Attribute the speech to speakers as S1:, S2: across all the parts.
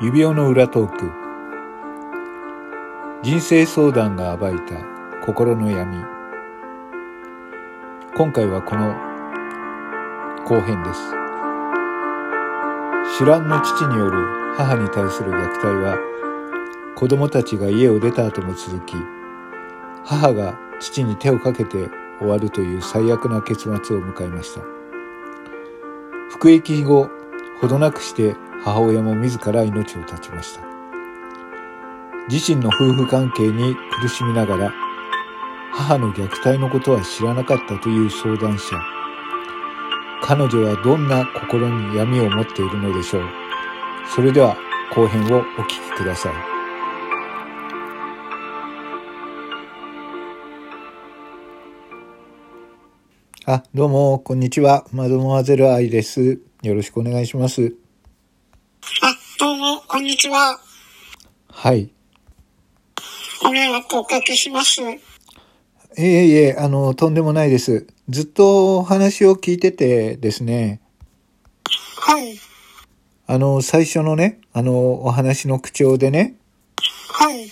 S1: 指輪の裏トーク人生相談が暴いた心の闇今回はこの後編です知らんの父による母に対する虐待は子供たちが家を出た後も続き母が父に手をかけて終わるという最悪な結末を迎えました服役後ほどなくして母親も自ら命を絶ちました自身の夫婦関係に苦しみながら母の虐待のことは知らなかったという相談者彼女はどんな心に闇を持っているのでしょうそれでは後編をお聞きくださいあ、どうも、こんにちは。マドモアゼル愛です。よろしくお願いします。
S2: あ、どうも、こんにちは。
S1: はい。
S2: ご迷惑をおかけします。
S1: いえいえ、あの、とんでもないです。ずっとお話を聞いててですね、
S2: はい、
S1: あの、最初のね、あの、お話の口調でね、
S2: はい、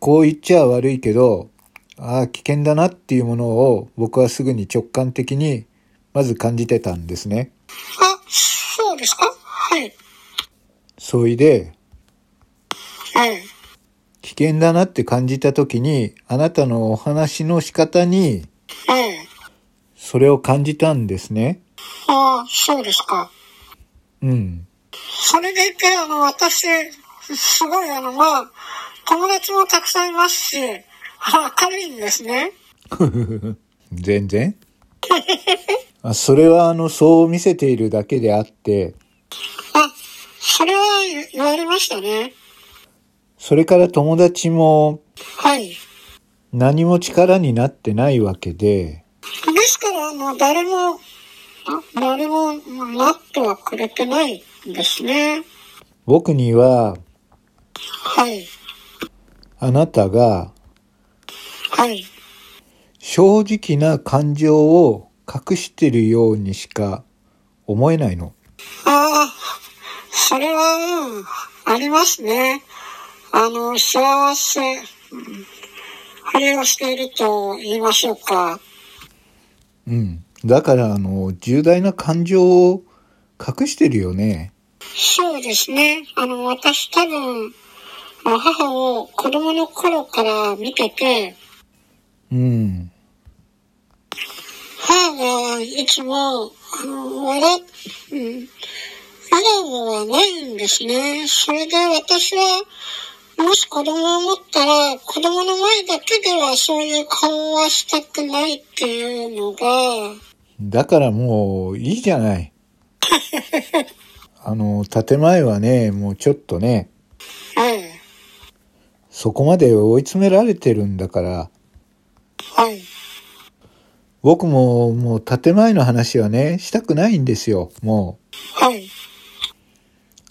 S1: こう言っちゃ悪いけど、ああ、危険だなっていうものを僕はすぐに直感的にまず感じてたんですね。
S2: あ、そうですかはい、
S1: そいで、
S2: はい、
S1: 危険だなって感じた時に、あなたのお話の仕方に
S2: はい。
S1: それを感じたんですね。
S2: あそうですか。
S1: うん。
S2: それでいて、あの、私、すごい、あの、まあ、友達もたくさんいますし、明るいんですね。
S1: 全然あそれはあの、そう見せているだけであって、
S2: あ、それは言われましたね。
S1: それから友達も
S2: はい。
S1: 何も力になってないわけで、
S2: ですから、あの、誰も、あ誰も、なってはくれてないんですね。
S1: 僕には
S2: はい、
S1: あなたが
S2: はい。
S1: 正直な感情を隠してるようにしか思えないの。
S2: ああ、それは、うん、ありますね。あの、幸せ、うんふりをしていると言いましょうか。
S1: うん。だからあの、重大な感情を隠してるよね。
S2: そうですね。あの、私多分、あ母を子供の頃から見てて、
S1: うん。
S2: 母がいつも、あの笑っ、うん、笑顔はないんですね。それで私は、もし子供を持ったら、子供の前だけではそういう顔はしたくないっていうのが、
S1: だからもういいじゃ ない。あの、建前はね、もうちょっとね、
S2: はい、
S1: そこまで追い詰められてるんだから、
S2: はい、
S1: 僕ももう建前の話はね、したくないんですよ。も
S2: はい、
S1: う、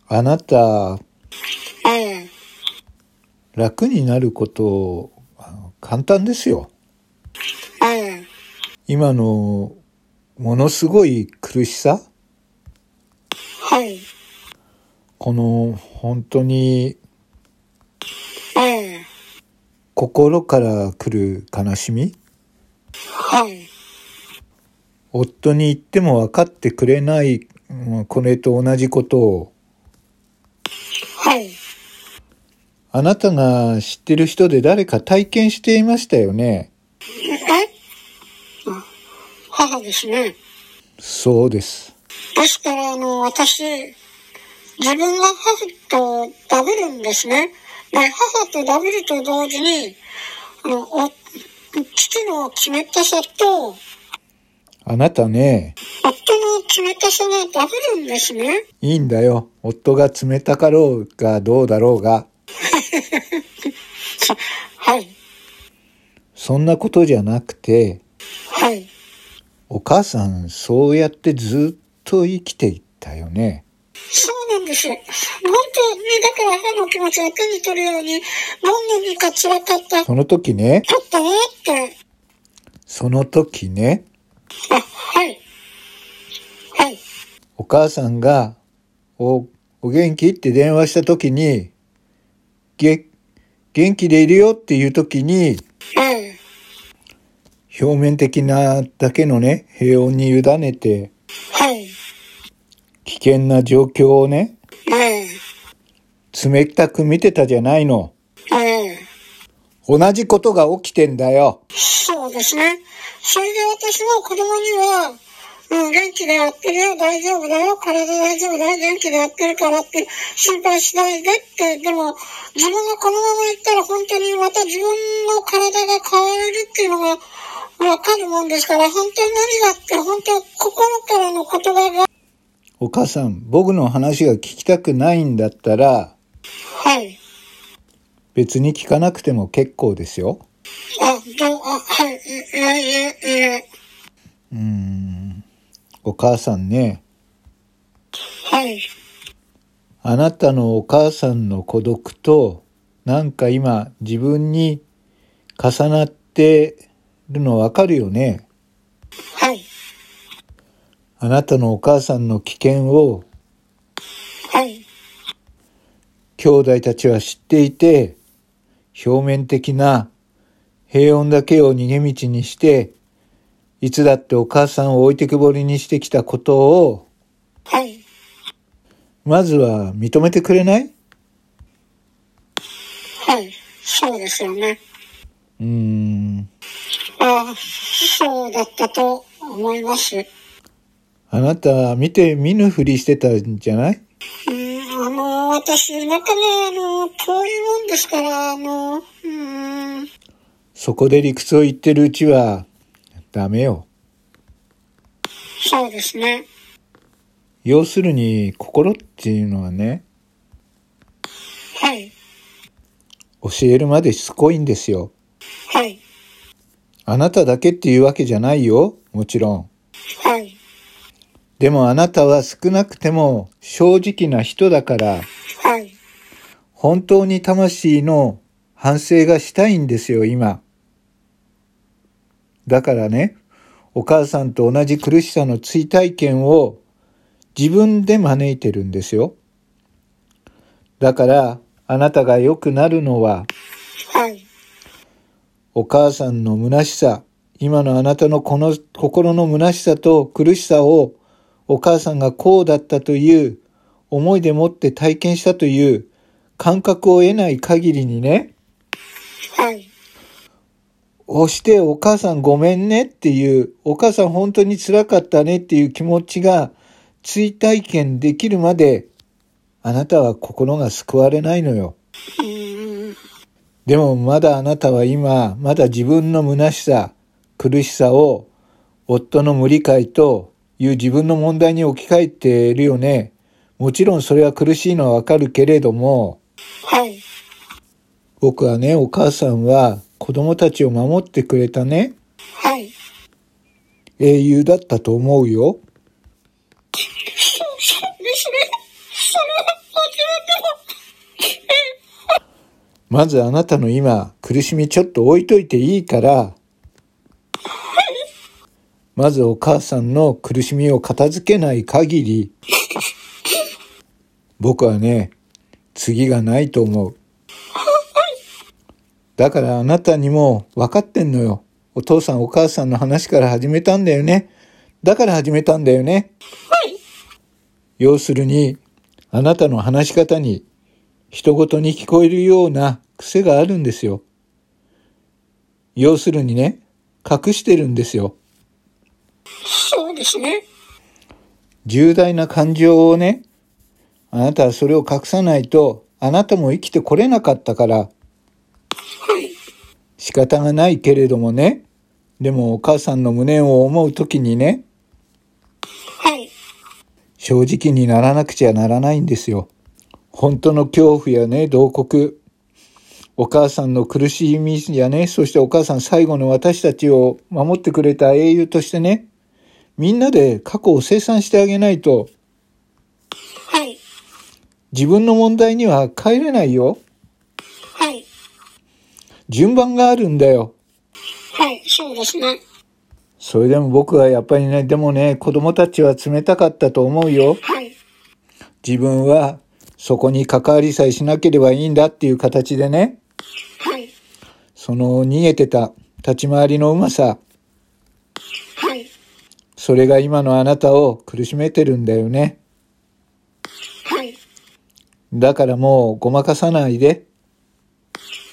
S1: あなた、
S2: はい、
S1: 楽になること、あの簡単ですよ。
S2: はい、
S1: 今の、ものすごい苦しさ
S2: はい、
S1: この、本当に、
S2: はい、
S1: 心から来る悲しみ
S2: はい、
S1: 夫に言っても分かってくれない、うんこれと同じことを、
S2: はい、
S1: あなたが知ってる人で誰か体験していましたよね。
S2: えあ母ですね。
S1: そうです。
S2: ですから、あの、私、自分が母とダブるんですね。で、母とダブると同時に、あの、お父の冷たさと、夫
S1: あなたね、
S2: の冷たさがダブるんですね。
S1: いいんだよ。夫が冷たかろうがどうだろうが、
S2: さはい、
S1: そんなことじゃなくて、
S2: はい。
S1: お母さんそうやってずっと生きていったよね。
S2: そうなんです。本当に、だから母の気持ちを手に取るように、どんなにか辛かった、ちょ
S1: その時ね、
S2: っとねって。
S1: その時ね、
S2: あ、はい。はい、
S1: お母さんが、お、お元気って電話した時に、げ、元気でいるよっていう時に、
S2: うん。
S1: 表面的なだけのね、平穏に委ねて、
S2: はい。
S1: 危険な状況をね、
S2: うん。
S1: 冷たく見てたじゃないの。
S2: うん。
S1: 同じことが起きてんだよ。
S2: そうですね。それで私も子供には、うん、元気でやってるよ、大丈夫だよ、体大丈夫だよ、元気でやってるからって、心配しないでって、でも、自分がこのまま行ったら本当にまた自分の体が変われるっていうのが、わかるもんですから、本当に何があって、本当心からの言葉が、
S1: お母さん、僕の話が聞きたくないんだったら、
S2: はい。
S1: 別に聞かなくても結構ですよ。
S2: あ、どう、あ、はい、いやいやいや、
S1: うーん。お母さんね、
S2: はい。
S1: あなたのお母さんの孤独と、なんか今自分に重なってるのわかるよね。
S2: はい。
S1: あなたのお母さんの危険を
S2: はい。
S1: 兄弟たちは知っていて、表面的な平穏だけを逃げ道にして、いつだってお母さんを置いてけぼりにしてきたことを、
S2: はい。
S1: まずは認めてくれない
S2: はい。そうですよね。
S1: うーん。
S2: ああ、そうだったと思います。う
S1: あなた見て見ぬふりしてたんじゃない
S2: ん、あの、私、中が、あの、遠いもんですから、あの、うーん、
S1: そこで理屈を言ってるうちは、ダメよ。
S2: そうですね。
S1: 要するに、心っていうのはね、
S2: はい、
S1: 教えるまでしつこいんですよ。
S2: はい、
S1: あなただけっていうわけじゃないよ。もちろん。
S2: はい、
S1: でもあなたは少なくても正直な人だから
S2: はい、
S1: 本当に魂の反省がしたいんですよ今。だからね、お母さんと同じ苦しさの追体験を自分で招いてるんですよ。だからあなたが良くなるのは
S2: はい、
S1: お母さんの虚しさ、今のあなたのこの心の虚しさと苦しさをお母さんがこうだったという思いでもって体験したという感覚を得ない限りにね、
S2: はい、
S1: 押してお母さんごめんねっていう、お母さん本当に辛かったねっていう気持ちが追体験できるまであなたは心が救われないのよ。
S2: うーん、
S1: でもまだあなたは今、まだ自分の虚しさ、苦しさを夫の無理解という自分の問題に置き換えているよね。もちろんそれは苦しいのはわかるけれども、
S2: はい、
S1: 僕はね、お母さんは子供たちを守ってくれたね、
S2: はい。
S1: 英雄だったと思うよ。
S2: そうそうですね。それは、間違っても、
S1: まずあなたの今、苦しみちょっと置いといていいから、まずお母さんの苦しみを片付けない限り、僕はね、次がないと思う。だからあなたにも分かってんのよ。お父さんお母さんの話から始めたんだよね。だから始めたんだよね。
S2: はい、
S1: 要するに、あなたの話し方に人ごとに聞こえるような癖があるんですよ。要するにね、隠してるんですよ。
S2: そうですね。
S1: 重大な感情をね、あなたはそれを隠さないと、あなたも生きてこれなかったから、
S2: はい、
S1: 仕方がないけれどもね、でもお母さんの無念を思うときにね、
S2: はい、
S1: 正直にならなくちゃならないんですよ。本当の恐怖やね、慟哭、お母さんの苦しみやね、そしてお母さん最後の私たちを守ってくれた英雄としてね、みんなで過去を清算してあげないと、
S2: はい、
S1: 自分の問題には帰れないよ。
S2: はい、
S1: 順番があるんだよ。
S2: はい、そうですね。
S1: それでも僕はやっぱりね、でもね、子供たちは冷たかったと思うよ。
S2: はい、
S1: 自分はそこに関わりさえしなければいいんだっていう形でね、
S2: はい、
S1: その逃げてた立ち回りのうまさ、
S2: はい、
S1: それが今のあなたを苦しめてるんだよね。
S2: はい、
S1: だからもうごまかさないで。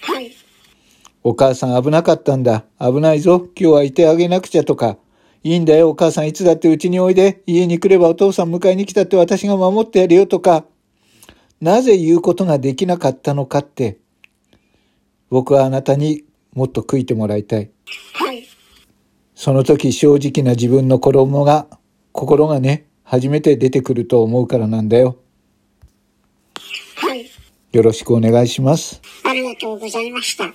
S2: はい、
S1: お母さん危なかったんだ。危ないぞ。今日はいてあげなくちゃとか。いいんだよ。お母さんいつだってうちにおいで。家に来ればお父さん迎えに来たって私が守ってやるよとか。なぜ言うことができなかったのかって。僕はあなたにもっと悔いてもらいたい。
S2: はい、
S1: その時正直な自分の衣が、心がね、初めて出てくると思うからなんだよ。
S2: はい、
S1: よろしくお願いします。
S2: ありがとうございました。